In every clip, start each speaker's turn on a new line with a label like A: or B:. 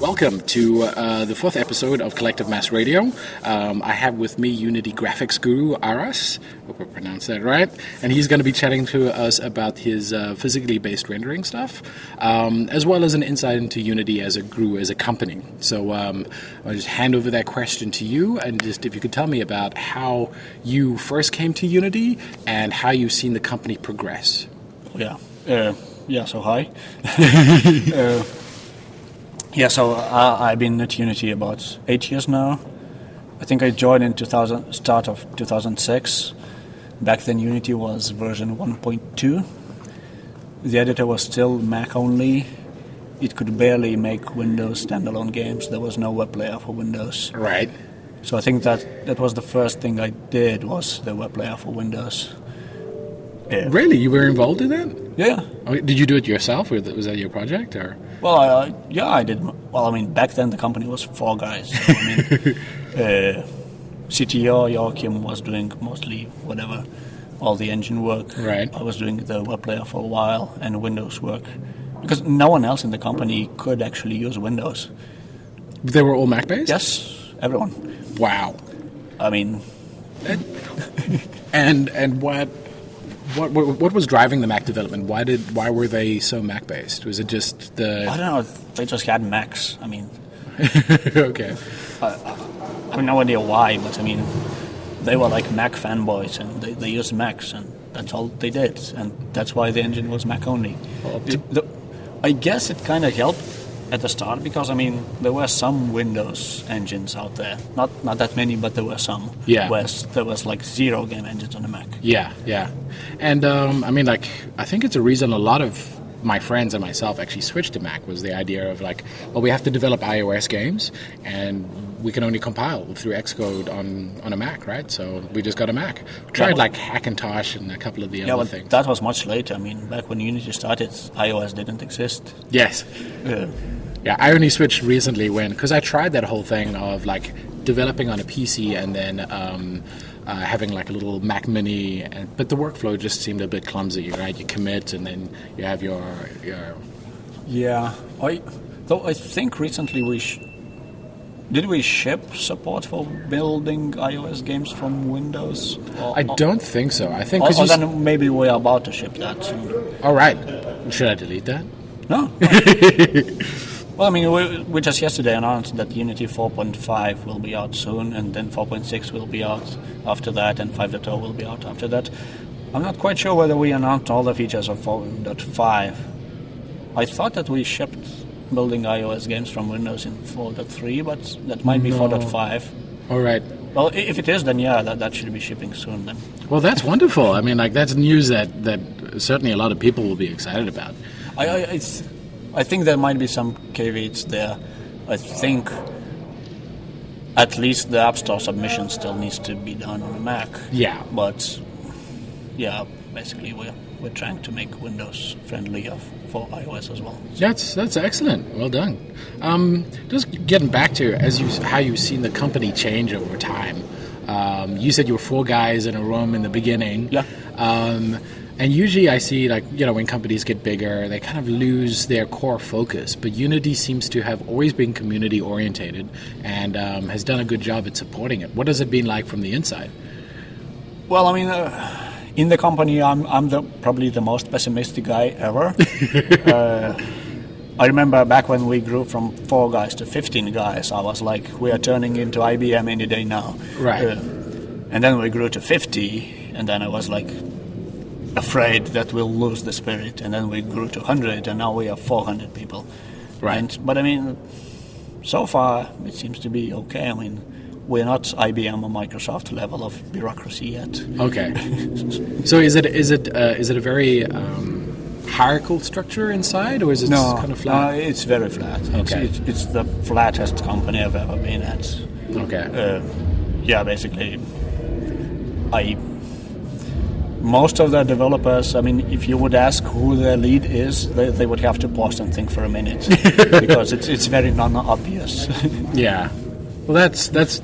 A: Welcome to uh, the fourth episode of Collective Mass Radio. Um, I have with me Unity graphics guru Aras. Hope I pronounced that right. And he's going to be chatting to us about his uh, physically based rendering stuff, um, as well as an insight into Unity as a guru, as a company. So um, I'll just hand over that question to you, and just if you could tell me about how you first came to Unity and how you've seen the company progress.
B: Yeah. Uh, yeah. So hi. Uh, yeah. So I, I've been at Unity about eight years now. I think I joined in 2000, start of 2006. Back then, Unity was version 1.2. The editor was still Mac only. It could barely make Windows standalone games. There was no web player for Windows.
A: Right.
B: So I think that that was the first thing I did was the web player for Windows. Yeah.
A: Really? You were involved in that?
B: Yeah.
A: Oh, Did you do it yourself, or th- was that your project? Or
B: Well, I, yeah, I did. m- Well, I mean, back then the company was four guys. So, I mean, uh, CTO Joachim was doing mostly whatever, all the engine work.
A: Right.
B: I was doing the web player for a while and Windows work because no one else in the company could actually use Windows.
A: they were all Mac based?
B: Yes, everyone.
A: Wow.
B: I mean,
A: And and what, what what what was driving the Mac development? Why did why were they so Mac based? Was it just
B: I
A: the
B: don't know. They just had Macs. I mean,
A: okay?
B: I have no idea why, but I mean, they were like Mac fanboys, and they, they used Macs, and that's all they did, and that's why the engine was Mac only. It- the- I guess it kind of helped at the start because I mean there were some Windows engines out there, not not that many, but there were some.
A: Yeah.
B: Whereas there was like zero game engines on the Mac.
A: Yeah, yeah. And um, I mean, like, I think it's a reason a lot of my friends and myself actually switched to Mac was the idea of like, well, we have to develop iOS games, and we can only compile through Xcode on on a Mac, right? So we just got a Mac. Tried
B: but-
A: like Hackintosh and a couple of the
B: Yeah,
A: other
B: but
A: things.
B: that was much later. I mean, back when Unity started, iOS didn't exist.
A: yes.
B: Yeah.
A: Yeah, I only switched recently when because I tried that whole thing of like developing on a PC and then um, uh, having like a little Mac Mini, and, but the workflow just seemed a bit clumsy. Right, you commit and then you have your your
B: Yeah, I though I think recently we sh- did we ship support for building iOS games from Windows. Or,
A: I don't think so. I think
B: Or, or
A: 'cause you s-
B: then maybe we are about to ship that. soon.
A: all right. Should I delete that?
B: No. well, I mean, we, we just yesterday announced that Unity 4.5 will be out soon, and then 4.6 will be out after that, and 5.0 will be out after that. I'm not quite sure whether we announced all the features of 4.5. I thought that we shipped building iOS games from Windows in 4.3, but that might be 4.5.
A: All right.
B: Well, i- if it is, then yeah, that, that should be shipping soon then.
A: Well, that's wonderful. I mean, like that's news that that certainly a lot of people will be excited about.
B: I, I, I, th- I think there might be some caveats there. I think at least the App Store submission still needs to be done on a Mac.
A: Yeah.
B: But yeah, basically we're, we're trying to make Windows friendlier f- for iOS as well.
A: That's that's excellent. Well done. Um, just getting back to as you how you've seen the company change over time. Um, you said you were four guys in a room in the beginning.
B: Yeah.
A: Um, and usually I see like you know when companies get bigger they kind of lose their core focus. But Unity seems to have always been community orientated and um, has done a good job at supporting it. What has it been like from the inside?
B: Well, I mean, uh, in the company, I'm, I'm the, probably the most pessimistic guy ever. uh, I remember back when we grew from four guys to 15 guys, I was like, we are turning into IBM any day now. Uh,
A: Right.
B: and then we grew to 50, and then I was like, afraid that we'll lose the spirit. And then we grew to 100, and now we are 400 people.
A: Right.
B: And, but I mean, so far it seems to be okay. I mean, we're not IBM or Microsoft level of bureaucracy yet.
A: Okay. so is it is it uh, is it a very um, hierarchical structure inside or is it
B: No, uh,
A: kind of flat?
B: no, it's very flat. It's,
A: Okay.
B: it's, it's the flattest company I've ever been at.
A: Okay.
B: Uh, yeah, basically, I most of the developers. I mean, if you would ask who their lead is, they, they would have to pause and think for a minute because it's it's very non-obvious.
A: Yeah. Well, that's that's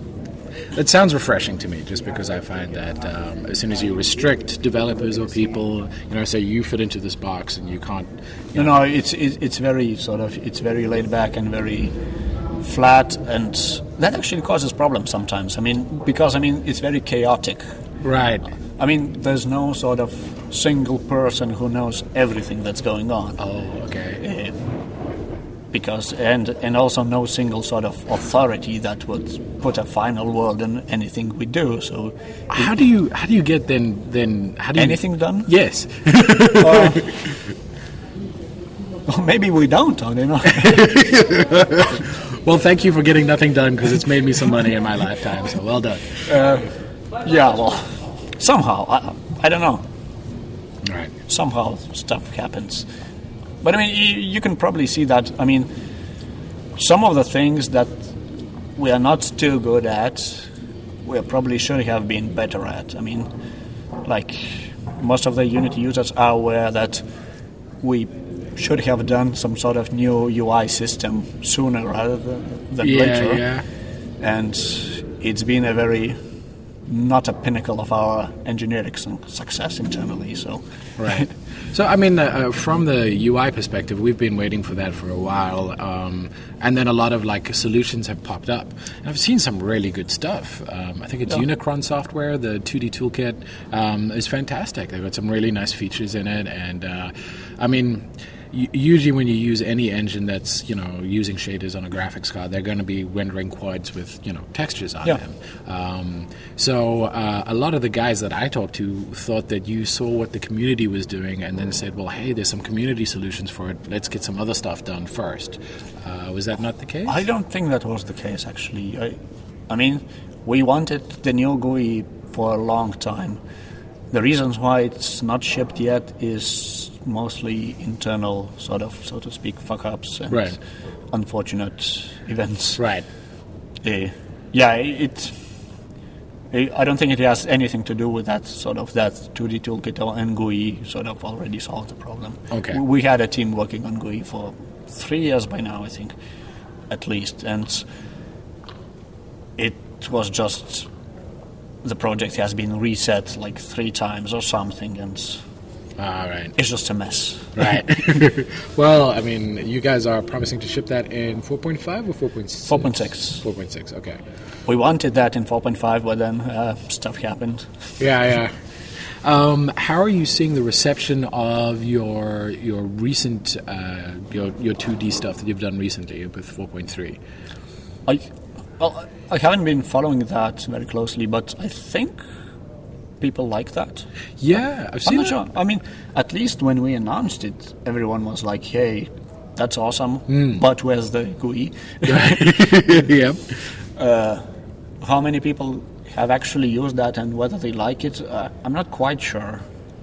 A: that sounds refreshing to me, just because I find that um, as soon as you restrict developers or people, you know, say you fit into this box and you can't.
B: No, no, it's, it's it's very sort of it's very laid back and very flat, and that actually causes problems sometimes. I mean, because I mean it's very chaotic.
A: Right.
B: I mean, there's no sort of single person who knows everything that's going on.
A: Oh, okay.
B: Uh, because and and also no single sort of authority that would put a final word on anything we do. So
A: How do you how do you get then then how do you
B: anything done?
A: Yes.
B: Or maybe we don't. I don't know.
A: Well, thank you for getting nothing done because it's made me some money in my lifetime. So well done.
B: yeah, well, somehow I, I don't know.
A: All right.
B: somehow stuff happens. But I mean, you, you can probably see that. I mean, some of the things that we are not too good at, we probably should have been better at. I mean, like most of the Unity users are aware that we should have done some sort of new UI system sooner rather than, than
A: Yeah,
B: later
A: yeah.
B: and it's been a very not a pinnacle of our engineering su- success internally. So,
A: Right. So, I mean, uh, uh, from the UI perspective, we've been waiting for that for a while, um, and then a lot of like solutions have popped up, and I've seen some really good stuff. Um, I think it's
B: Yeah.
A: Unicron software, the 2D toolkit um, is fantastic. They've got some really nice features in it, and uh, I mean. u- Usually, when you use any engine that's you know using shaders on a graphics card, they're going to be rendering quads with you know textures on
B: Yeah.
A: them. Um, so uh, a lot of the guys that I talked to thought that you saw what the community was doing and then said, "Well, hey, there's some community solutions for it. Let's get some other stuff done first. Uh, was that not the case?
B: I don't think that was the case actually. I, I mean, we wanted the new GUI for a long time. The reasons why it's not shipped yet is mostly internal, sort of, so to speak, fuck ups and
A: Right.
B: unfortunate events.
A: right.
B: Uh, yeah, it. eh, I I don't think it has anything to do with that sort of that 2D toolkit or and GUI E sort of already solved the problem.
A: Okay.
B: W- We had a team working on GUI E for three years by now, I think, at least, and it was just the project has been reset like three times or something, and
A: All right.
B: it's just a mess.
A: Right. well, I mean, you guys are promising to ship that in 4.5 or 4.6.
B: 4.6.
A: 4.6. Okay.
B: We wanted that in 4.5, but then uh, stuff happened.
A: Yeah, yeah. Um, how are you seeing the reception of your your recent uh, your your 2D stuff that you've done recently with 4.3?
B: I, well, I haven't been following that very closely, but I think people like that.
A: Yeah, I've
B: I'm
A: seen
B: not
A: it.
B: sure. I mean, at least when we announced it, everyone was like, "Hey, that's awesome!" But where's the GUI?
A: yeah.
B: How many people have actually used that, and whether they like it? Uh, I'm not quite sure.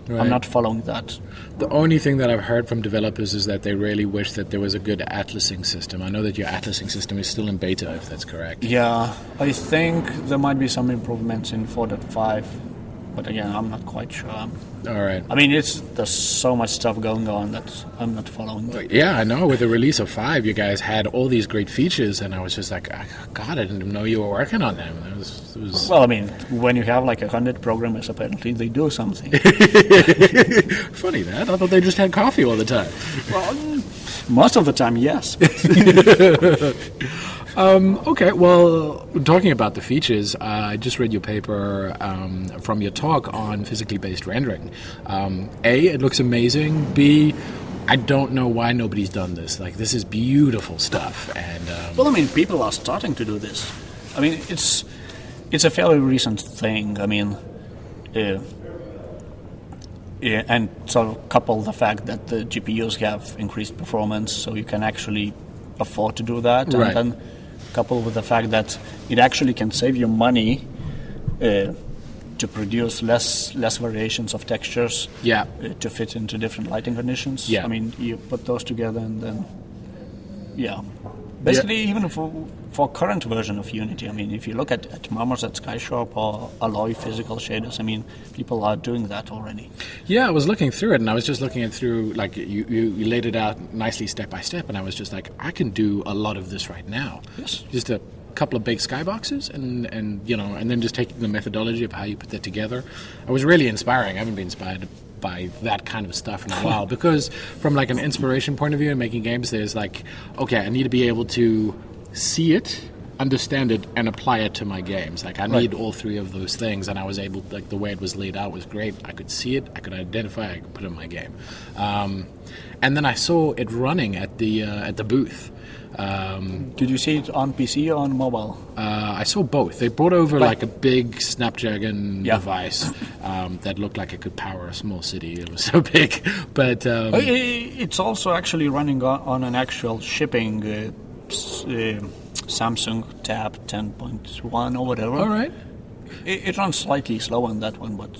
A: Right.
B: I'm not following that.
A: The only thing that I've heard from developers is that they really wish that there was a good atlasing system. I know that your atlasing system is still in beta, if that's correct.
B: Yeah, I think there might be some improvements in 4.5, but again, I'm not quite sure.
A: All right.
B: I mean, it's there's so much stuff going on that I'm not following. that.
A: Yeah, I know. With the release of five, you guys had all these great features, and I was just like, "Ah, God, I didn't even know you were working on them. It was, it was
B: Well, I mean, when you have like a hundred programmers, apparently they do something.
A: funny that I thought they just had coffee all the time.
B: Most of the time, yes. but
A: Okay, well, talking about the features, uh, I just read your paper um, from your talk on physically based rendering. Um, A, it looks amazing. B, I don't know why nobody's done this. Like, this is beautiful stuff. And um,
B: well, I mean, people are starting to do this. I mean, it's it's a fairly recent thing. I mean, uh, yeah, and sort of couple the fact that the GPUs have increased performance, so you can actually afford to do that,
A: Right.
B: and then couple with the fact that it actually can save you money uh, to produce less less variations of textures.
A: yeah,
B: uh, to fit into different lighting conditions.
A: Yeah.
B: I mean, you put those together and then, yeah. Basically, even for for current version of Unity, I mean, if you look at, at Marmos at Skyshop or Alloy physical shaders, I mean, people are doing that already.
A: yeah, I was looking through it and I was just looking it through, like, you, you, you laid it out nicely step by step, and I was just like, I can do a lot of this right now.
B: Yes.
A: Just a couple of big skyboxes and, and you know and then just taking the methodology of how you put that together it was really inspiring i haven't been inspired by that kind of stuff in a while because from like an inspiration point of view and making games there's like okay i need to be able to see it, understand it, and apply it to my games. Like I
B: Right.
A: need all three of those things, and I was able like the way it was laid out was great. I could see it, I could identify, I could put it in my game. Um, and then I saw it running at the uh, at the booth. Um,
B: Did you see it on PC or on mobile?
A: uh, I saw both. They brought over
B: Right.
A: like a big Snapdragon
B: Yeah.
A: device um, that looked like it could power a small city. It was so big, but um,
B: I- I- It's also actually running on, on an actual shipping uh, s- uh, Samsung Tab 10.1 or whatever.
A: all right.
B: It, it runs slightly slow on that one, but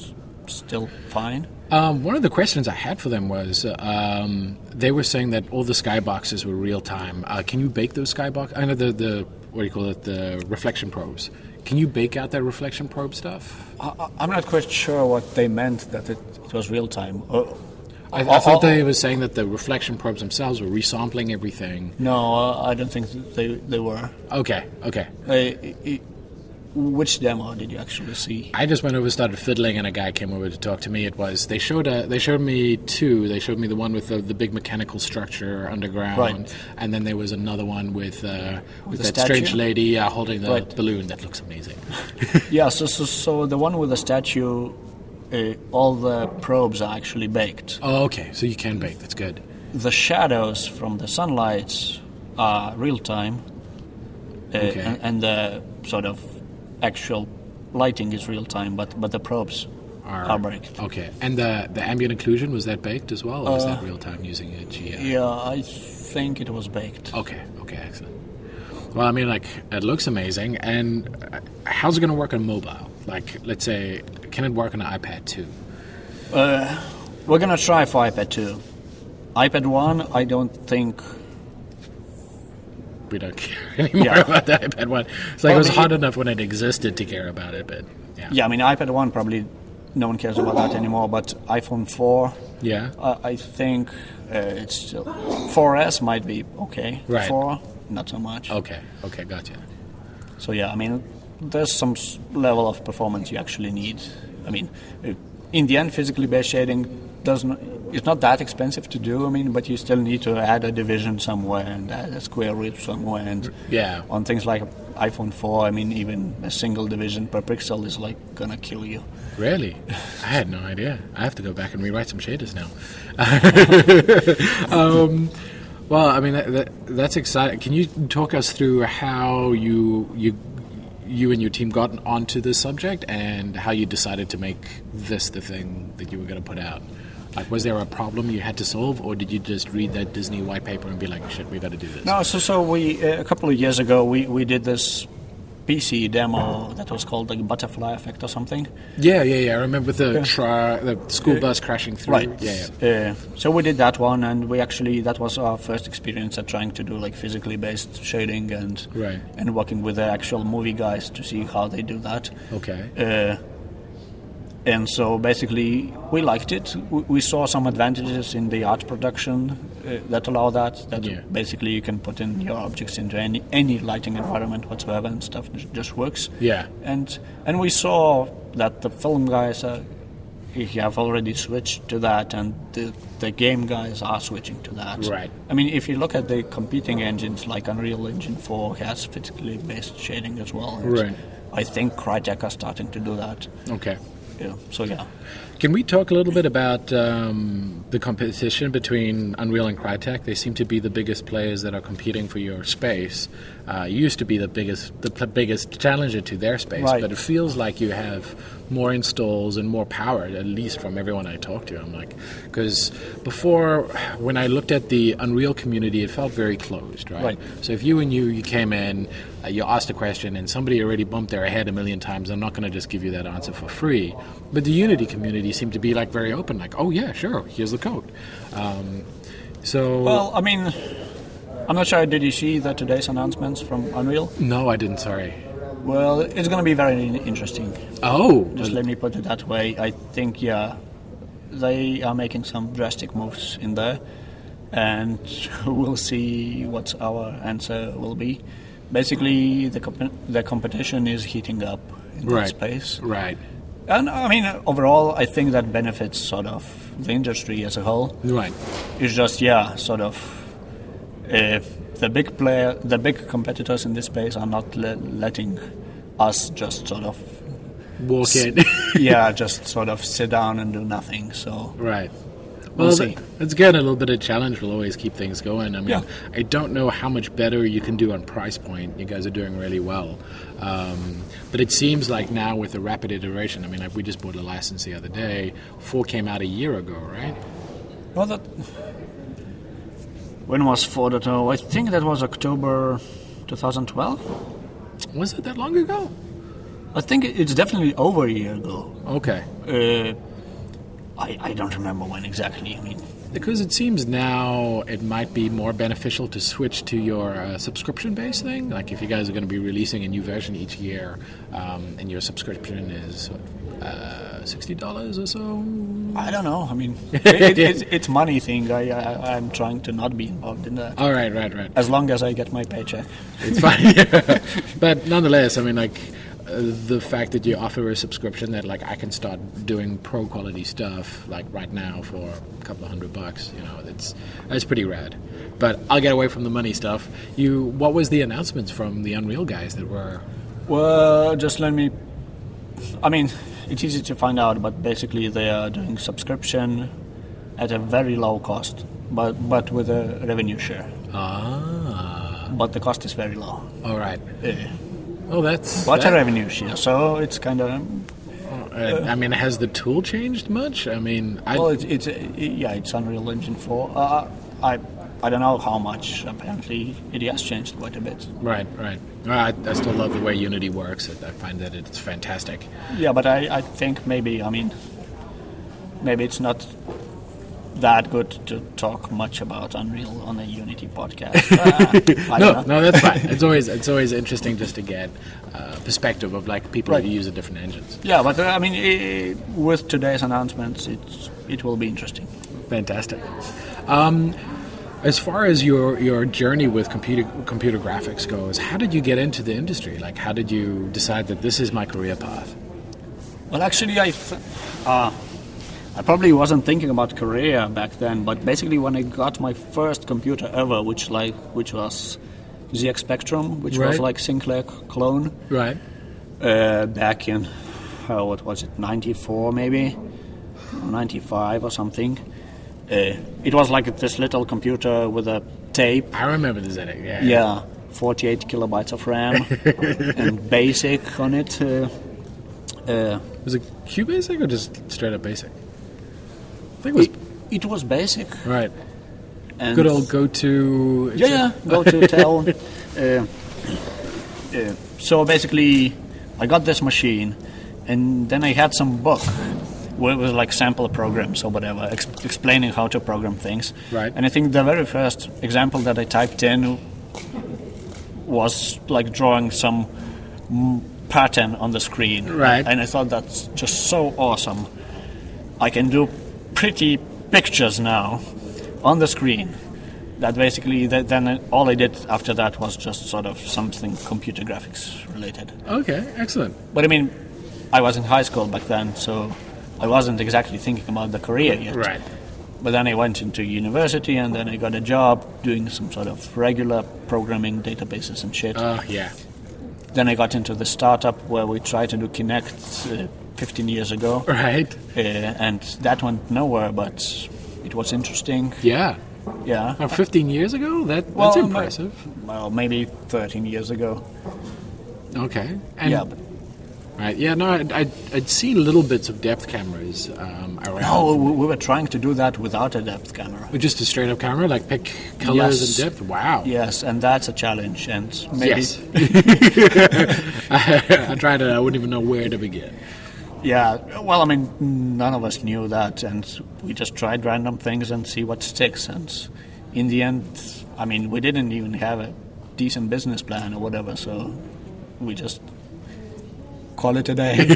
B: still fine.
A: Um, one of the questions I had for them was uh, um, they were saying that all the skyboxes were real time. Uh, can you bake those skybox? I know the, the what do you call it? The reflection probes. Can you bake out that reflection probe stuff?
B: I, I- I'm not quite sure what they meant that it, it was real time. Uh,
A: I, I
B: Oh,
A: thought
B: oh,
A: they were saying that the reflection probes themselves were resampling everything.
B: no, uh, I don't think that they they were.
A: Okay, okay.
B: Uh, i- i- which demo did you actually see?
A: I just went over, started fiddling, and a guy came over to talk to me. It was they showed a, they showed me two. They showed me the one with the, the big mechanical structure underground,
B: Right.
A: and then there was another one with uh, with
B: the
A: that
B: statue?
A: strange lady uh, holding the
B: Right.
A: balloon that looks amazing.
B: Yeah, so, so, so the one with the statue, uh, all the probes are actually baked.
A: Oh, okay, so you can bake. That's good.
B: The shadows from the sunlights are real time, uh,
A: Okay.
B: and, and the sort of actual lighting is real time, but, but the probes
A: Are-
B: are baked.
A: Okay, and the the ambient occlusion was that baked as well, or was
B: Uh,
A: that real time using a GI?
B: Yeah, I think it was baked.
A: Okay. Okay. Excellent. Well, I mean, like it looks amazing, and uh, how's it going to work on mobile? Like, let's say, can it work on an iPad too?
B: We're gonna try for iPad 2. iPad 1, I don't think.
A: we don't care anymore
B: Yeah.
A: about the iPad one. It's like
B: Well,
A: it was
B: I mean,
A: hot
B: it-
A: enough when it existed to care about it, but yeah,
B: Yeah, I mean, iPad 1 probably no one cares about that anymore, but iPhone 4,
A: yeah,
B: I I think uh, it's still. 4S might be okay.
A: Right.
B: 4, not so much.
A: okay, okay, gotcha.
B: So, yeah, I mean, there's some s- level of performance you actually need. I mean, uh, in the end, physically based shading doesn't. It's not that expensive to do, I mean, but you still need to add a division somewhere and add a square root somewhere and
A: Yeah,
B: on things like iPhone 4, I mean, even a single division per pixel is like gonna kill you.
A: really, I had no idea. I have to go back and rewrite some shaders now. um, well, I mean, that, that, that's exciting. Can you talk us through how you you you and your team got onto this subject and how you decided to make this the thing that you were going to put out? Like, was there a problem you had to solve, or did you just read that Disney white paper and be like, "Shit, we got to do this"?
B: No, so so we uh, a couple of years ago we, we did this PC demo that was called like butterfly effect or something.
A: Yeah, yeah, yeah. I remember the tri- the school bus crashing through. Yeah, yeah.
B: Uh, so we did that one, and we actually that was our first experience at trying to do like physically based shading and
A: Right.
B: and working with the actual movie guys to see how they do that.
A: Okay.
B: Uh, and so basically, we liked it. We, we saw some advantages in the art production uh, that allow that. That
A: Yeah.
B: basically you can put in your objects into any any lighting environment whatsoever, and stuff ju- just works.
A: Yeah.
B: And and we saw that the film guys are, have already switched to that, and the, the game guys are switching to that.
A: Right.
B: I mean, if you look at the competing engines, like Unreal Engine 4 has physically based shading as well. and
A: Right.
B: I think Crytek are starting to do that.
A: Okay.
B: Yeah. So yeah.
A: Can we talk a little bit about um, the competition between Unreal and Crytek? They seem to be the biggest players that are competing for your space. Uh, you used to be the biggest, the pl- biggest challenger to their space,
B: Right.
A: but it feels like you have more installs and more power, at least from everyone I talk to. I'm like, because before, when I looked at the Unreal community, it felt very closed, right?
B: Right.
A: So if you and you you came in, uh, you asked a question, and somebody already bumped their head a million times, I'm not going to just give you that answer for free. But the Unity community seemed to be like very open, like, oh yeah, sure, here's the code. Um, so
B: Well, I mean, I'm not sure. Did you see the today's announcements from Unreal?
A: no, I didn't. Sorry.
B: Well, it's going to be very in- interesting.
A: Oh,
B: Just let me put it that way. I think yeah, they are making some drastic moves in there, and we'll see what our answer will be. Basically, the comp- the competition is heating up in
A: right,
B: that space.
A: right,
B: And I mean, overall, I think that benefits sort of the industry as a whole.
A: right.
B: It's just, yeah, sort of uh, the big player, the big competitors in this space are not le- letting us just sort of
A: Walk in.
B: yeah, just sort of sit down and do nothing. So
A: Right.
B: We'll
A: Well,
B: see.
A: th- that's good. A little bit of challenge will always keep things going. I mean,
B: Yeah.
A: I don't know how much better you can do on price point. You guys are doing really well, um, but it seems like now with the rapid iteration. I mean, like we just bought a license the other day. Four came out a year ago, right?
B: well, that when was 4.0? I think that was October 2012.
A: Was it that long ago?
B: I think it- it's definitely over a year ago.
A: Okay.
B: Uh, I, I don't remember when exactly. I mean,
A: Because it seems now it might be more beneficial to switch to your uh, subscription based thing. Like if you guys are going to be releasing a new version each year um, and your subscription is uh, $60 or so.
B: I don't know. I mean, it, it, it's, it's money thing. I, I I'm trying to not be involved in that.
A: All right, right, right.
B: As long as I get my paycheck.
A: It's fine. but nonetheless, I mean, like uh, the fact that you offer a subscription that like I can start doing pro quality stuff like right now for a couple of hundred bucks, you know, it's that's pretty rad. But I'll get away from the money stuff. You, what was the announcements from the Unreal guys that were?
B: Well, just let me. I mean, it's easy to find out, but basically they are doing subscription at a very low cost, but but with a revenue share.
A: Ah,
B: But the cost is very low.
A: all right.
B: Eh,
A: Oh, that's
B: But a
A: that-
B: revenue share, so it's kind of
A: uh, I mean, has the tool changed much? I mean, I,
B: well, it's, it's eh, yeah, it's Unreal Engine four. Uh, I I don't know how much. Apparently, it has changed quite a bit.
A: right, right. Uh, I, I still love the way Unity works. I I find that it's fantastic.
B: Yeah, but I, I think maybe, I mean, maybe it's not that good to talk much about Unreal on a Unity podcast. Uh, I
A: no,
B: don't know.
A: no, that's fine. It's always it's always interesting just to get uh, perspective of like people
B: Right.
A: who use the different engines.
B: Yeah, but uh, I mean, i with today's announcements, it's, it will be interesting.
A: Fantastic. Um, as far as your your journey with computer computer graphics goes, how did you get into the industry? Like, how did you decide that this is my career path?
B: Well, actually, I, th- uh, I probably wasn't thinking about career back then, but basically, when I got my first computer ever, which like which was ZX Spectrum, which was
A: Right.
B: like Sinclair clone,
A: Right.
B: uh, back in uh, what was it 94 maybe or 95 or something uh, it was like this little computer with a tape
A: I remember the ZX. Yeah.
B: yeah 48 kilobytes of ram and basic on it uh, uh,
A: Was it Q basic or just straight up basic? I think it was
B: it, it was basic
A: right.
B: and
A: Good old go to.
B: yeah, yeah. Go to tell. uh, uh, so basically, I got this machine, and then I had some book where it was like sample programs or whatever, ex- explaining how to program things.
A: Right.
B: And I think the very first example that I typed in was like drawing some m- pattern on the screen.
A: Right.
B: And I thought that's just so awesome. I can do pretty pictures now on the screen. That basically, that, then uh, all I did after that was just sort of something computer graphics related.
A: Okay. Excellent.
B: But I mean, I was in high school back then, so I wasn't exactly thinking about the career yet.
A: Right.
B: But then I went into university and then I got a job doing some sort of regular programming databases and shit.
A: Oh yeah.
B: Then I got into the startup where we tried to do Kinect uh, 15 years ago,
A: Right.
B: uh, and that went nowhere, but it was interesting.
A: Yeah.
B: Yeah.
A: Oh, 15 years ago. That that's
B: Well, my-
A: impressive.
B: Well, maybe 13 years ago.
A: Okay. And
B: yeah. But,
A: Right. Yeah. No. I'd, I'd, I'd seen little bits of depth cameras um, around.
B: no, we, we were trying to do that without a depth camera.
A: With Just a straight up camera, like pick colors
B: Yes.
A: and depth. Wow.
B: Yes, and that's a challenge. And maybe,
A: Yes. I, tried it. I wouldn't even know where to begin.
B: yeah. Well, I mean, none of us knew that, and we just tried random things and see what sticks. And in the end, I mean, we didn't even have a decent business plan or whatever, so we just call it a day. and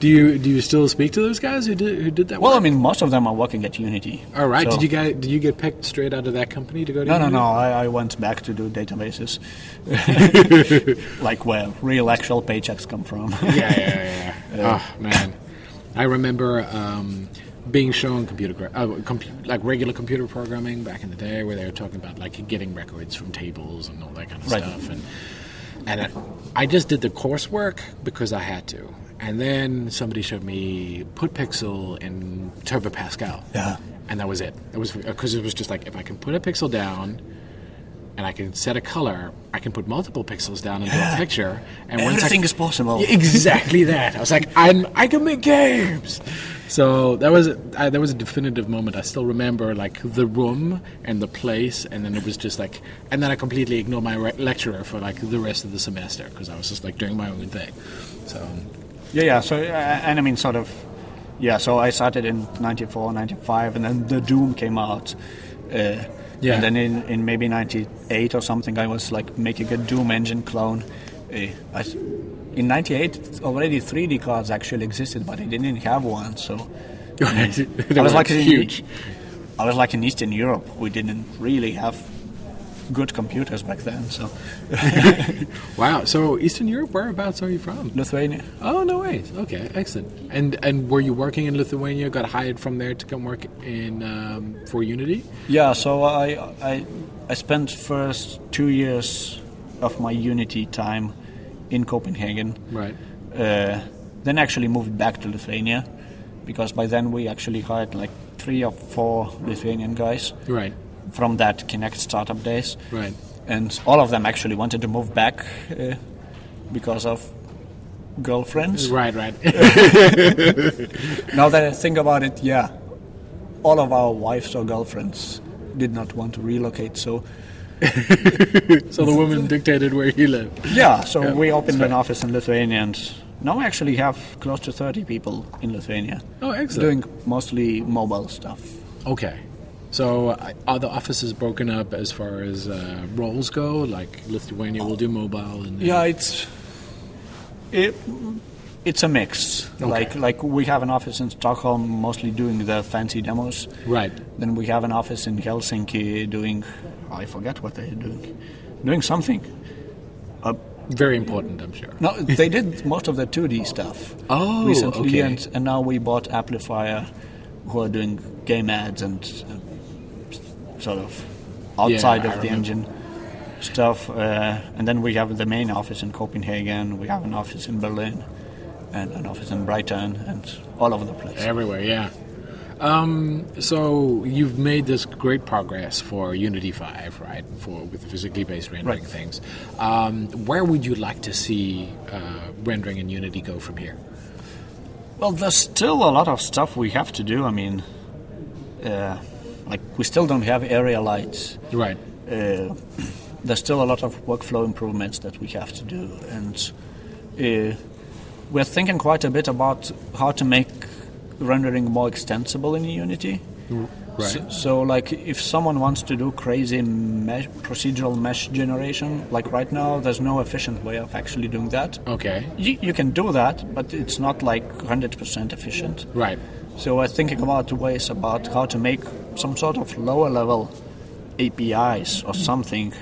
A: Do you do you still speak to those guys who did who did that?
B: well, I
A: work?
B: mean, most of them are working at Unity.
A: all right.
B: so-
A: Did you get did you get picked straight out of that company to go to?
B: No, no,
A: Unity?
B: no. I, I went back to do databases, like where real actual paychecks come from.
A: yeah, yeah, yeah. yeah. oh man, I remember um, being shown computer gra- uh, compu- like regular computer programming back in the day, where they were talking about like getting records from tables and all that kind of
B: Right.
A: stuff. And and I, I just did the coursework because I had to. And then somebody showed me put pixel in Turbo Pascal.
B: Yeah.
A: And that was it. That was because it was just like if I can put a pixel down. And I can set a color. I can put multiple pixels down into a
B: Yeah.
A: picture. And once I-
B: Everything is possible.
A: yeah, exactly that. I was like, I'm, I can make games. So that was I, that was a definitive moment. I still remember like the room and the place, and then it was just like, and then I completely ignored my re- lecturer for like the rest of the semester because I was just like doing my own thing. So
B: Yeah, yeah. So, uh, and I mean, sort of, yeah. So I started in 94, 95, and then the Doom came out. Uh,
A: Yeah.
B: And then in, in maybe 98 or something, I was like making a Doom engine clone. Uh, I, th- in 98, already 3D cards actually existed, but I didn't have one. So
A: it
B: I was like in-
A: huge.
B: I was like in Eastern Europe. We didn't really have good computers back then. So
A: Wow. So Eastern Europe, whereabouts are you from?
B: Lithuania.
A: Oh no ways. Okay, excellent. And and were you working in Lithuania? Got hired from there to come work in um, for Unity.
B: Yeah, so I, I I spent first two years of my Unity time in Copenhagen.
A: Right.
B: Uh, then actually moved back to Lithuania because by then we actually hired like three or four Lithuanian guys
A: Right.
B: from that Kinect startup days,
A: Right.
B: and all of them actually wanted to move back uh, because of girlfriends.
A: Right. Right.
B: Now that I think about it, yeah, all of our wives or girlfriends did not want to relocate, so.
A: So the woman dictated where he lived.
B: Yeah, so
A: Yeah,
B: we opened
A: that's
B: an office in Lithuania, and now we actually have close to 30 people in Lithuania
A: Oh,
B: doing mostly mobile stuff.
A: Okay. So uh, are the offices broken up as far as uh, roles go? Like Lithuania will do mobile and
B: Yeah, it's it, it's a mix.
A: Okay.
B: Like like we have an office in Stockholm, mostly doing the fancy demos.
A: right.
B: Then we have an office in Helsinki doing I forget what they're doing, doing something.
A: Very important, I'm sure.
B: No, they did most of the 2D stuff
A: Oh,
B: recently,
A: okay.
B: and, and now we bought Amplifier, who are doing game ads and, and sort of outside
A: Yeah, I
B: of
A: remember.
B: the engine stuff. Uh, and then we have the main office in Copenhagen, we have an office in Berlin, and an office in Brighton, and all over the place.
A: Everywhere, yeah. Um, so you've made this great progress for Unity 5, right? For with the physically based rendering
B: Right.
A: things. Um, where would you like to see uh, rendering in Unity go from here?
B: Well, there's still a lot of stuff we have to do. I mean, uh, like, we still don't have area lights.
A: Right.
B: uh, there's still a lot of workflow improvements that we have to do, and uh, we're thinking quite a bit about how to make rendering more extensible in Unity.
A: Right.
B: So, so, like, if someone wants to do crazy mesh, procedural mesh generation, like right now, there's no efficient way of actually doing that.
A: okay.
B: You, you can do that, but it's not like 100% efficient.
A: Right.
B: So we're thinking about ways about how to make some sort of lower level APIs or something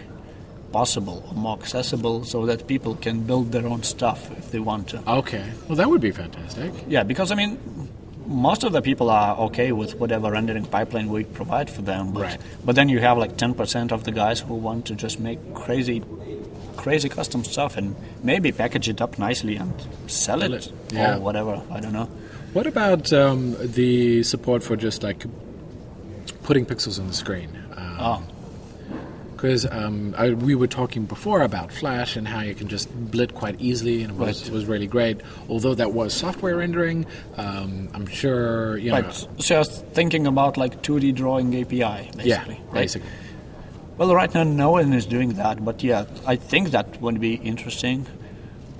B: possible or more accessible so that people can build their own stuff if they want to.
A: Okay. Well, that would be fantastic.
B: Yeah, because I mean most of the people are okay with whatever rendering pipeline we provide for them, but,
A: Right.
B: but then you have like 10% of the guys who want to just make crazy crazy custom stuff and maybe package it up nicely and sell
A: Sell
B: it,
A: it, yeah.
B: or whatever, I don't know.
A: What about um, the support for just like putting pixels on the screen?
B: Oh.
A: Because um, I- we were talking before about Flash and how you can just blit quite easily, and it was,
B: Right.
A: was really great. Although that was software rendering, um, I'm sure you know.
B: Right. So I was thinking about like 2D drawing API, basically.
A: yeah,
B: right?
A: basically.
B: Well, right now no one is doing that, but yeah, I think that would be interesting.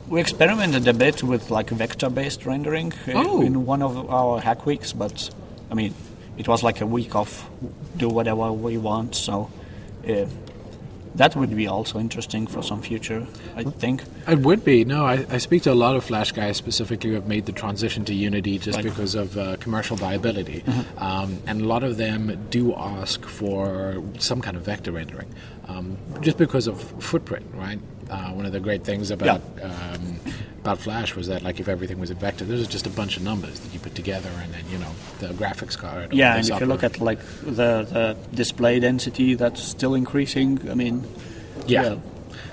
B: We experimented a bit with like vector-based rendering uh,
A: Oh.
B: in one of our hack weeks, but I mean, it was like a week of do whatever we want. So uh, that would be also interesting for some future, I think.
A: It would be. No, I, I speak to a lot of Flash guys specifically who have made the transition to Unity just
B: Right. Mm-hmm.
A: because of uh, commercial viability. Um, and a lot of them do ask for some kind of vector rendering um, just because of footprint, right? uh, one of the great things about um, about Flash was that like if everything was a vector, this is just a bunch of numbers that you put together, and then you know the graphics card. or
B: Yeah,
A: the
B: and if you
A: software.
B: look at like the, the display density, that's still increasing. I mean,
A: yeah.
B: yeah.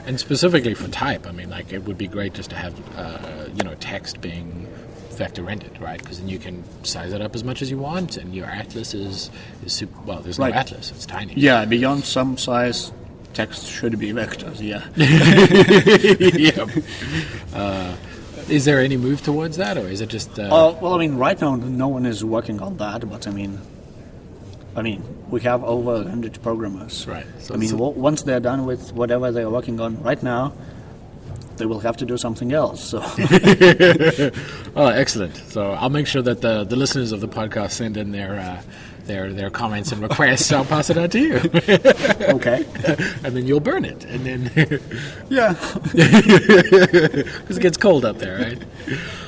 A: and specifically for type, I mean, like it would be great just to have uh, you know text being vector ended, right? Because then you can size it up as much as you want, and your atlas is is super, well, there's
B: Right.
A: no atlas, it's tiny.
B: yeah, beyond some size, text should be vectors. Yeah.
A: Yep. Uh, is there any move towards that, or is it just? Uh,
B: Uh, well, I mean, right now no one is working on that, but I mean, I mean, we have over 100 programmers.
A: Right, so
B: I mean,
A: it's-
B: w- once they're done with whatever they are working on right now, they will have to do something else. So
A: Oh, excellent! So I'll make sure that the, the listeners of the podcast send in their uh, their their comments and requests. I'll pass it on to you,
B: okay,
A: and then you'll burn it, and then
B: yeah,
A: because it gets cold up there, right?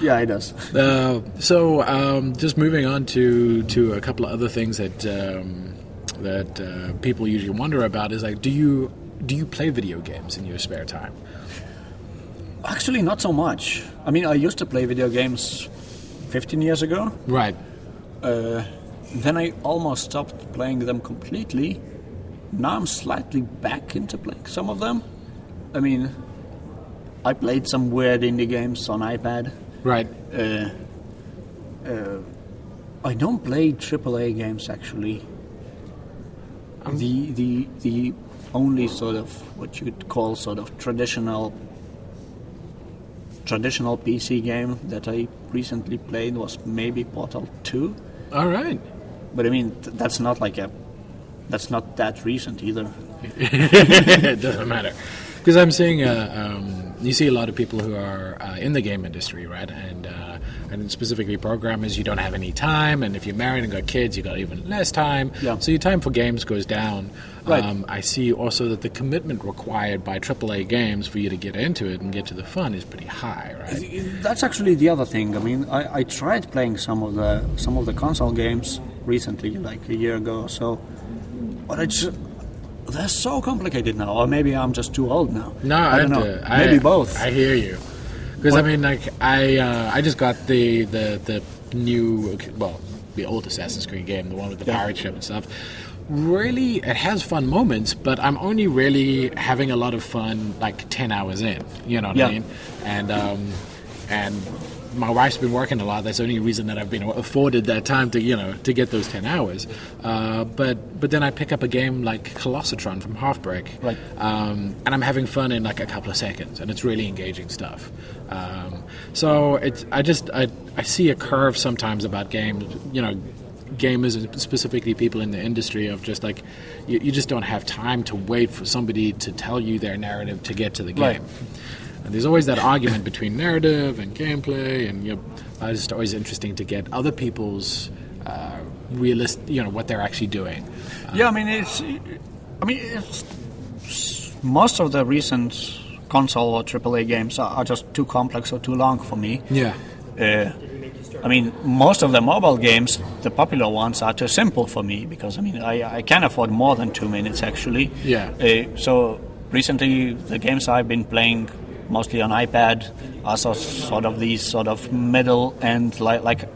B: yeah, it does.
A: Uh, so um, just moving on to to a couple of other things that um, that uh, people usually wonder about is like, do you do you play video games in your spare time?
B: Actually, not so much. I mean, I used to play video games 15 years ago.
A: Right.
B: Uh, then I almost stopped playing them completely. Now I'm slightly back into playing some of them. I mean, I played some weird indie games on iPad.
A: Right.
B: I don't play AAA games actually. the the the only sort of what you'd call sort of traditional traditional PC game that I recently played was maybe Portal 2.
A: All right.
B: But I mean, th- that's not like a. That's not that recent either.
A: it doesn't matter because I'm seeing uh, um, you see a lot of people who are uh, in the game industry, right? And uh, and specifically programmers, you don't have any time, and if you're married and got kids, you got even less time.
B: Yeah.
A: So your time for games goes down.
B: Right.
A: Um, I see also that the commitment required by AAA games for you to get into it and get to the fun is pretty high, right?
B: That's actually the other thing. I mean, I, I tried playing some of the some of the console games recently, like a year ago or so, but it's they're so complicated now. Or maybe I'm just too old now.
A: No,
B: I
A: I
B: don't know.
A: do- I-
B: maybe both.
A: I hear you. Because I
B: What-
A: mean, like I, uh, I just got the the the new, well, the old Assassin's Creed game, the one with the
B: Yeah.
A: pirate ship and stuff. Really, it has fun moments, but I'm only really having a lot of fun like ten hours in. You know what I
B: Yeah.
A: mean? And um, and my wife's been working a lot. That's the only reason that I've been afforded that time to you know to get those ten hours. Uh, but but then I pick up a game like Colossatron from Halfbreak,
B: Right.
A: um, and I'm having fun in like a couple of seconds, and it's really engaging stuff. Um, so it's I just I, I see a curve sometimes about games, you know, gamers and specifically people in the industry of just like you, you just don't have time to wait for somebody to tell you their narrative to get to the game.
B: Right.
A: And there's always that argument between narrative and gameplay, and you know, uh, it's just always interesting to get other people's uh, realist, you know, what they're actually doing.
B: yeah, I mean it's. I mean it's. Most of the recent console or AAA games are, are just too complex or too long for me.
A: Yeah.
B: uh, I mean, most of the mobile games, the popular ones, are too simple for me because I mean, I, I can afford more than two minutes actually.
A: Yeah.
B: Uh, so recently, the games I've been playing mostly on iPad are so, sort of these sort of middle and like like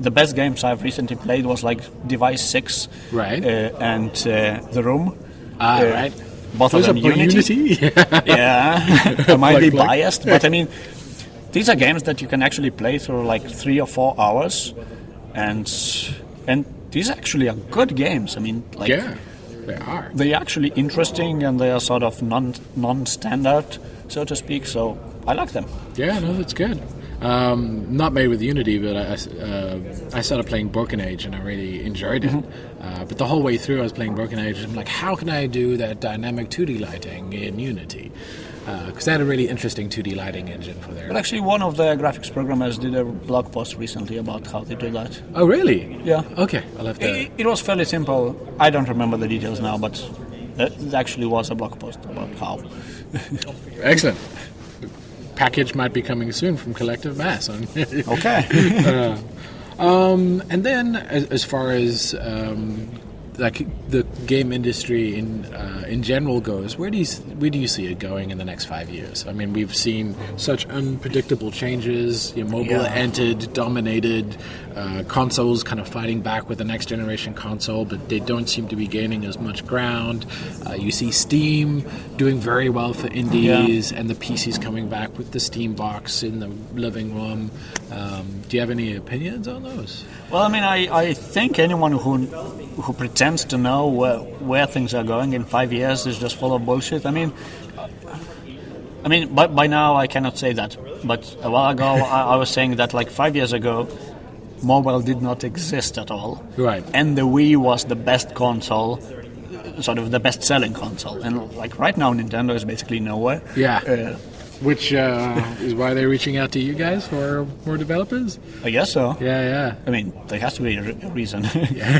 B: the best games I've recently played was like Device Six,
A: Right.
B: Uh, and uh, The Room.
A: Ah,
B: Uh,
A: right.
B: Both
A: Those
B: of
A: are
B: them
A: by Unity?
B: yeah, I might be
A: Plug, plug.
B: biased, but I mean, these are games that you can actually play through like three or four hours, and and these actually are good games. I mean, like
A: yeah, they are.
B: they are actually interesting and they are sort of non non standard, so to speak. So I like them.
A: Yeah, no, that's good. Um, not made with Unity, but I, I s- uh, I started playing Broken Age and I really enjoyed it.
B: Mm-hmm.
A: Uh, but the whole way through, I was playing Broken Age and I'm like, how can I do that dynamic 2D lighting in Unity? Because they had a really interesting 2D lighting engine for
B: But
A: their.
B: actually, one of the graphics programmers did a blog post recently about how they do that.
A: Oh, really?
B: Yeah.
A: Okay, I'll have to.
B: It, it was fairly simple. I don't remember the details now, but it actually was a blog post about how.
A: Excellent. Package might be coming soon from Collective Mass on
B: Okay.
A: Um, and then, as, as far as um, like the game industry in uh, in general goes, where do you s- where do you see it going in the next five years? I mean, we've seen such unpredictable changes. You know, mobile
B: Yeah.
A: entered, dominated, uh, consoles kind of fighting back with the next generation console, but they don't seem to be gaining as much ground. Uh, you see Steam doing very well for indies, and the PCs coming back with the Steam box in the living room. Um, do you have any opinions on those?
B: Well, I mean, I, I think anyone who who pretends to know where, where things are going in five years is just full of bullshit. I mean, I mean, by, by now I cannot say that, but a while ago I, I was saying that like five years ago, mobile did not exist at all.
A: Right.
B: And the Wii was the best console, sort of the best selling console. And like right now, Nintendo is basically nowhere.
A: Yeah.
B: Uh,
A: Which uh, is why they're reaching out to you guys for more developers.
B: I guess so.
A: Yeah,
B: I mean, there has to be a re- a reason.
A: yeah.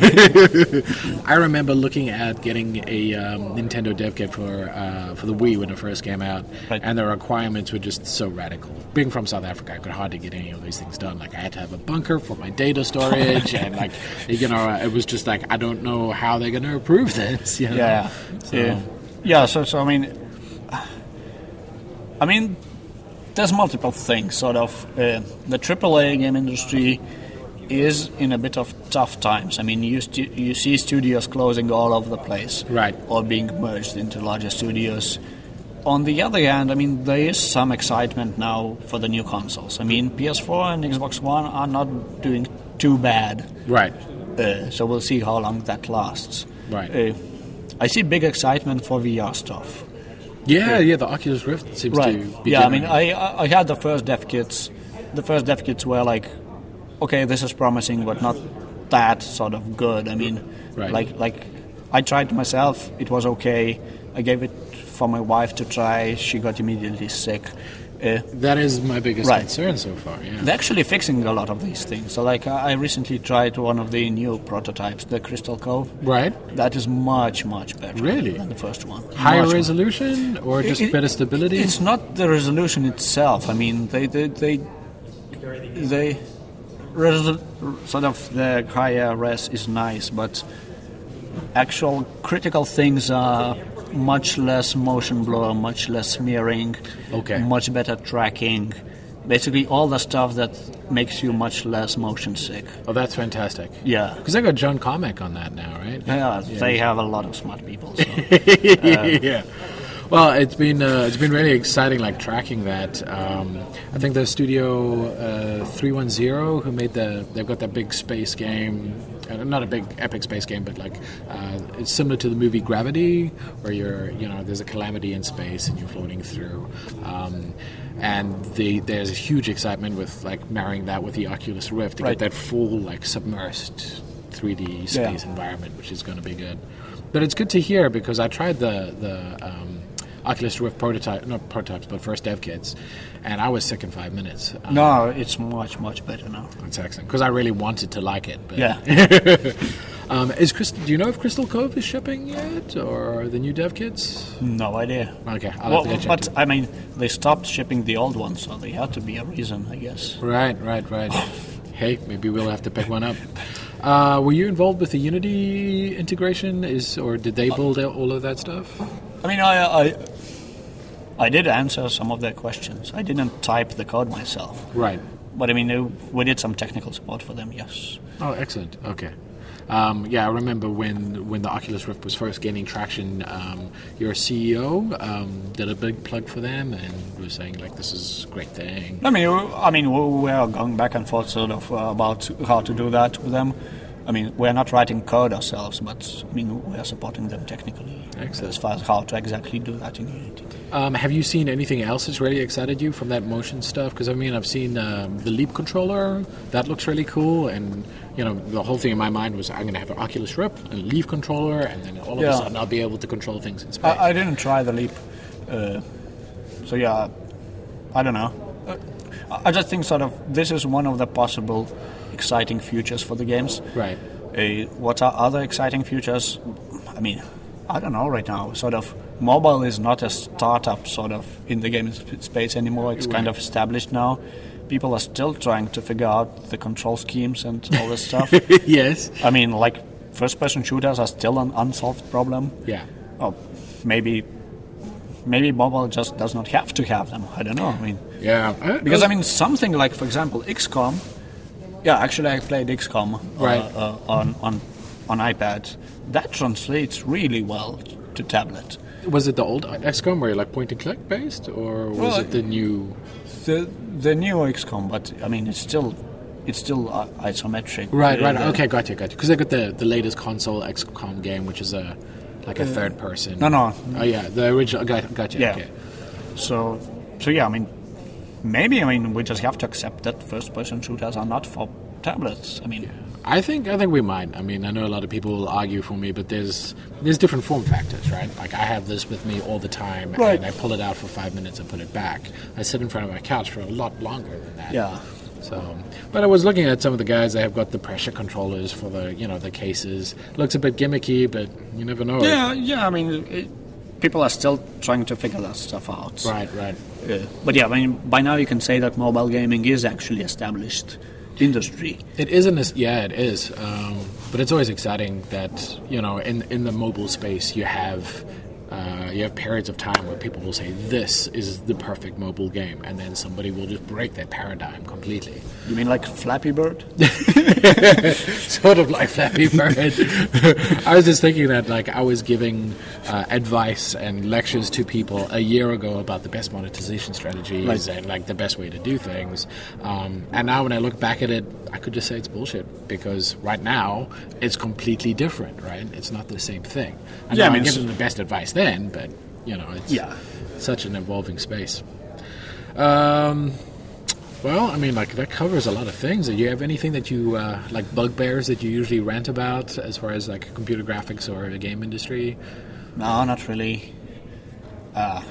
A: I remember looking at getting a um, Nintendo dev kit for uh, for the Wii when it first came out,
B: Right.
A: and the requirements were just so radical. Being from South Africa, I could hardly get any of these things done. Like I had to have a bunker for my data storage, and like you know, it was just like I don't know how they're going to approve this. You know?
B: Yeah.
A: So-
B: Yeah. Yeah. So, so I mean, I mean, there's multiple things. Sort of, uh, the AAA game industry is in a bit of tough times. I mean, you stu- you see studios closing all over the place,
A: Right.
B: Or being merged into larger studios. On the other hand, I mean, there is some excitement now for the new consoles. I mean, PS4 and Xbox One are not doing too bad.
A: Right.
B: Uh, so we'll see how long that lasts.
A: Right.
B: Uh, I see big excitement for VR stuff.
A: Yeah, yeah. The Oculus Rift seems to be.
B: Yeah, I mean,
A: generating-
B: I I I had the first dev kits. The first dev kits were like, okay, this is promising, but not that sort of good. I mean,
A: Right.
B: like like I tried myself. It was okay. I gave it for my wife to try. She got immediately sick. Uh,
A: that is my biggest
B: Right.
A: concern so far. Yeah.
B: they're actually fixing a lot of these things. So, like, I I recently tried one of the new prototypes, the Crystal Cove.
A: right.
B: That is much, much better
A: Really?
B: than the first one.
A: higher
B: Much, much
A: resolution or just
B: It- it-
A: better stability?
B: It's not the resolution itself. I mean, they they they, they resol- sort of the higher res is nice, but actual critical things are much less motion blur, much less smearing,
A: Okay.
B: much better tracking. Basically, all the stuff that makes you much less motion sick.
A: oh, that's fantastic.
B: Yeah.
A: Because I got John Carmack on that now, right?
B: Yeah, they have a lot of smart people. So. Um,
A: yeah. Well, it's been uh, it's been really exciting, like tracking that. Um, I think the studio uh, three one zero who made the they've got that big space game, uh, not a big epic space game, but like uh, it's similar to the movie Gravity, where you're you know there's a calamity in space and you're floating through. Um, and the, there's a huge excitement with like marrying that with the Oculus Rift to
B: Right.
A: get that full like submersed 3D space
B: Yeah.
A: environment, which is going to be good. But it's good to hear because I tried the the um, Oculus Rift prototype, not prototypes, but first dev kits, and I was sick in five minutes. Um,
B: No, it's much much better now.
A: it's excellent because I really wanted to like it. But
B: Yeah.
A: um, is Crystal? Do you know if Crystal Cove is shipping yet or the new dev kits?
B: No idea.
A: Okay, I'll
B: Well,
A: have to go check.
B: but I mean, they stopped shipping the old ones, so they had to be a reason, I guess.
A: Right, right, right. hey, maybe we'll have to pick one up. Uh, were you involved with the Unity integration? Is or did
B: Uh,
A: they build out all of that stuff?
B: I mean, I, I, I did answer some of their questions. I didn't type the code myself,
A: Right.
B: but I mean, uh, we did some technical support for them. Yes.
A: Oh, excellent. Okay. Um, yeah, I remember when, when the Oculus Rift was first gaining traction, um, your CEO um, did a big plug for them and was saying, like, this is a great thing.
B: I mean, we- I mean, we we are going back and forth sort of uh, about how to do that with them. I mean, we're not writing code ourselves, but I mean, we are supporting them technically
A: Excellent.
B: as far as how to exactly do that in Unity.
A: Um, have you seen anything else that's really excited you from that motion stuff? Because, I mean, I've seen um, the Leap controller. That looks really cool. And, you know, the whole thing in my mind was I'm going to have an Oculus Rift and a Leap controller, and then all of a
B: Yeah.
A: sudden I'll be able to control things in space.
B: I, I didn't try the leap, uh, so yeah, I don't know. Uh, I- I just think sort of this is one of the possible exciting futures for the games.
A: right.
B: Uh, what are other exciting futures? I mean, I don't know right now. Sort of mobile is not a startup sort of in the gaming sp- space anymore. It's kind of established now. People are still trying to figure out the control schemes and all this stuff.
A: yes.
B: I mean, like first-person shooters are still an unsolved problem.
A: Yeah.
B: Oh, maybe, maybe mobile just does not have to have them. I don't know. I mean,
A: Yeah. Uh,
B: because I mean, something like, for example, XCOM. Yeah, actually, I played XCOM uh,
A: Right.
B: uh, on on on iPad. That translates really well to tablet.
A: was it the old XCOM where you like point and click based, or was
B: Well,
A: it the new?
B: The the new XCOM, but I mean, it's still it's still uh, isometric.
A: Right,
B: Uh,
A: right.
B: the-
A: Okay, got you, got you. Because I got the the latest console XCOM game, which is a like a third person.
B: No, no.
A: Oh yeah, the original. Got, got you.
B: Yeah.
A: Okay.
B: So so yeah, I mean, maybe I mean we just have to accept that first-person shooters are not for tablets. I mean,
A: I think I think we might. I mean, I know a lot of people will argue for me, but there's there's different form factors, right? Like I have this with me all the time,
B: Right.
A: and I pull it out for five minutes and put it back. I sit in front of my couch for a lot longer than that.
B: Yeah.
A: So, but I was looking at some of the guys that have got the pressure controllers for the you know the cases. Looks a bit gimmicky, but you never know.
B: yeah, yeah. I mean, it, people are still trying to figure that stuff out.
A: Right, right.
B: Uh, but yeah, I mean, by now you can say that mobile gaming is actually established industry.
A: It isn't as yeah, it is. Um, but it's always exciting that you know in in the mobile space you have. Uh, you have periods of time where people will say this is the perfect mobile game, and then somebody will just break that paradigm completely.
B: You mean like Flappy Bird?
A: sort of like Flappy Bird. I was just thinking that, like, I was giving uh, advice and lectures to people a year ago about the best monetization strategies
B: Right.
A: and like the best way to do things. Um, and now, when I look back at it, I could just say it's bullshit because right now it's completely different. Right? It's not the same thing. I
B: Yeah,
A: know
B: I
A: I
B: mean,
A: give
B: s-
A: them the best advice then, but you know, it's
B: Yeah.
A: such an evolving space. Um, well, I mean, like that covers a lot of things. Do you have anything that you uh, like bugbears that you usually rant about, as far as like computer graphics or the game industry?
B: No, not really. Uh,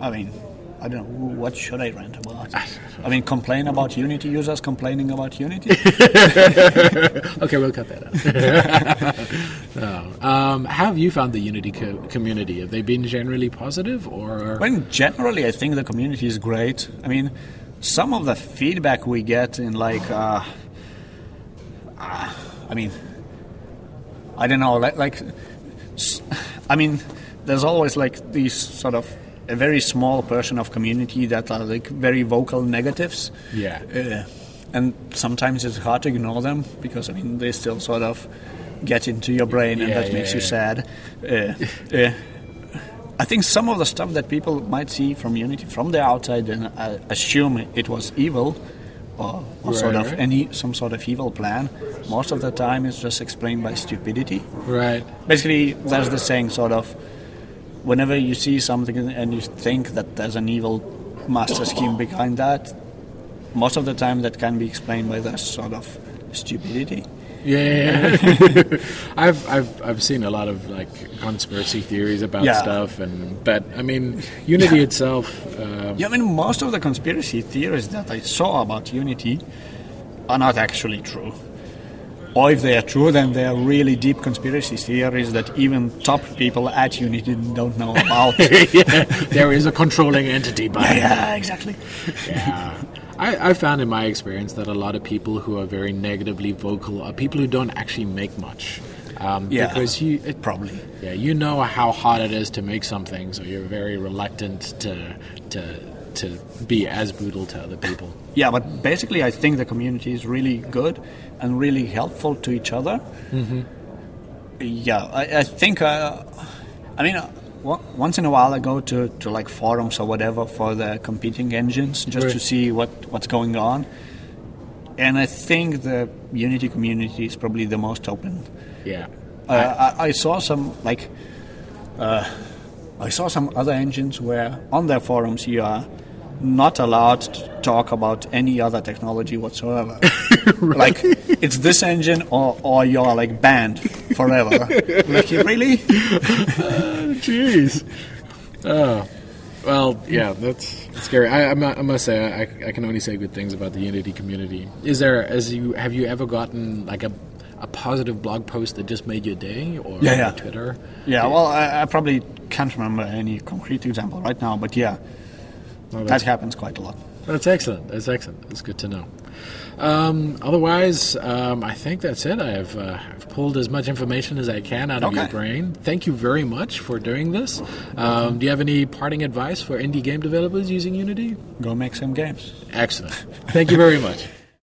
B: I mean, I don't know. What should I rant about? I mean, complain about Unity users complaining about Unity?
A: Okay, we'll cut that out. no. um, how have you found the Unity co- community? Have they been generally positive, or
B: when generally, I think the community is great. I mean, some of the feedback we get in like, uh, uh, I mean, I don't know, like, like, s- I mean, there's always like these sort of a very small portion of community that are like very vocal negatives.
A: yeah,
B: Uh, and sometimes it's hard to ignore them because I mean they still sort of get into your brain and
A: Yeah,
B: that
A: yeah,
B: makes you
A: yeah.
B: sad. Uh, uh, I think some of the stuff that people might see from Unity from the outside and uh, assume it was evil or, or sort
A: Right,
B: of
A: right.
B: any some sort of evil plan. Most of the time, it's just explained by stupidity
A: right?
B: basically there's the saying sort of whenever you see something and you think that there's an evil master scheme behind that most of the time that can be explained by that sort of stupidity
A: Yeah, yeah. I've, I've I've seen a lot of like conspiracy theories about
B: Yeah.
A: stuff, and but I mean, Unity itself. Um,
B: yeah i mean most of the conspiracy theories that i saw about unity are not actually true or if they are true then they are really deep conspiracy theories that even top people at unity don't know about
A: yeah, there is a controlling entity behind
B: yeah exactly
A: Yeah. I, I found in my experience that a lot of people who are very negatively vocal are people who don't actually make much. Um,
B: Yeah.
A: Because you, it,
B: probably
A: yeah, you know how hard it is to make something, so you're very reluctant to to to be as brutal to other people.
B: Yeah, but basically, I think the community is really good and really helpful to each other. Yeah, I, I think. Uh, I mean, uh, wa- once in a while, I go to, to like forums or whatever for the competing engines just to
A: Right.
B: see what, what's going on. And I think the Unity community is probably the most open.
A: Yeah.
B: Uh, I, I saw some like uh, I saw some other engines where on their forums you are not allowed to talk about any other technology whatsoever. Like it's this engine or or you're like banned forever. like really?
A: Jeez. Oh. Well, yeah, that's, that's scary. I, I, mu- I must say, I, I can only say good things about the Unity community. Is there, as you have you ever gotten like a, a positive blog post that just made your day, or
B: Yeah, yeah.
A: on Twitter? Oh,
B: Yeah. Well, I, I probably can't remember any concrete example right now, but yeah,
A: No,
B: that
A: that's,
B: happens quite a lot.
A: That's excellent. That's excellent. That's good to know. Um, otherwise, um, I think that's it. I've, uh, I've pulled as much information as I can out of your
B: Okay.
A: brain. Thank you very much for doing this. Um, do you have any parting advice for indie game developers using Unity?
B: Go make some games.
A: Excellent. Thank you very much.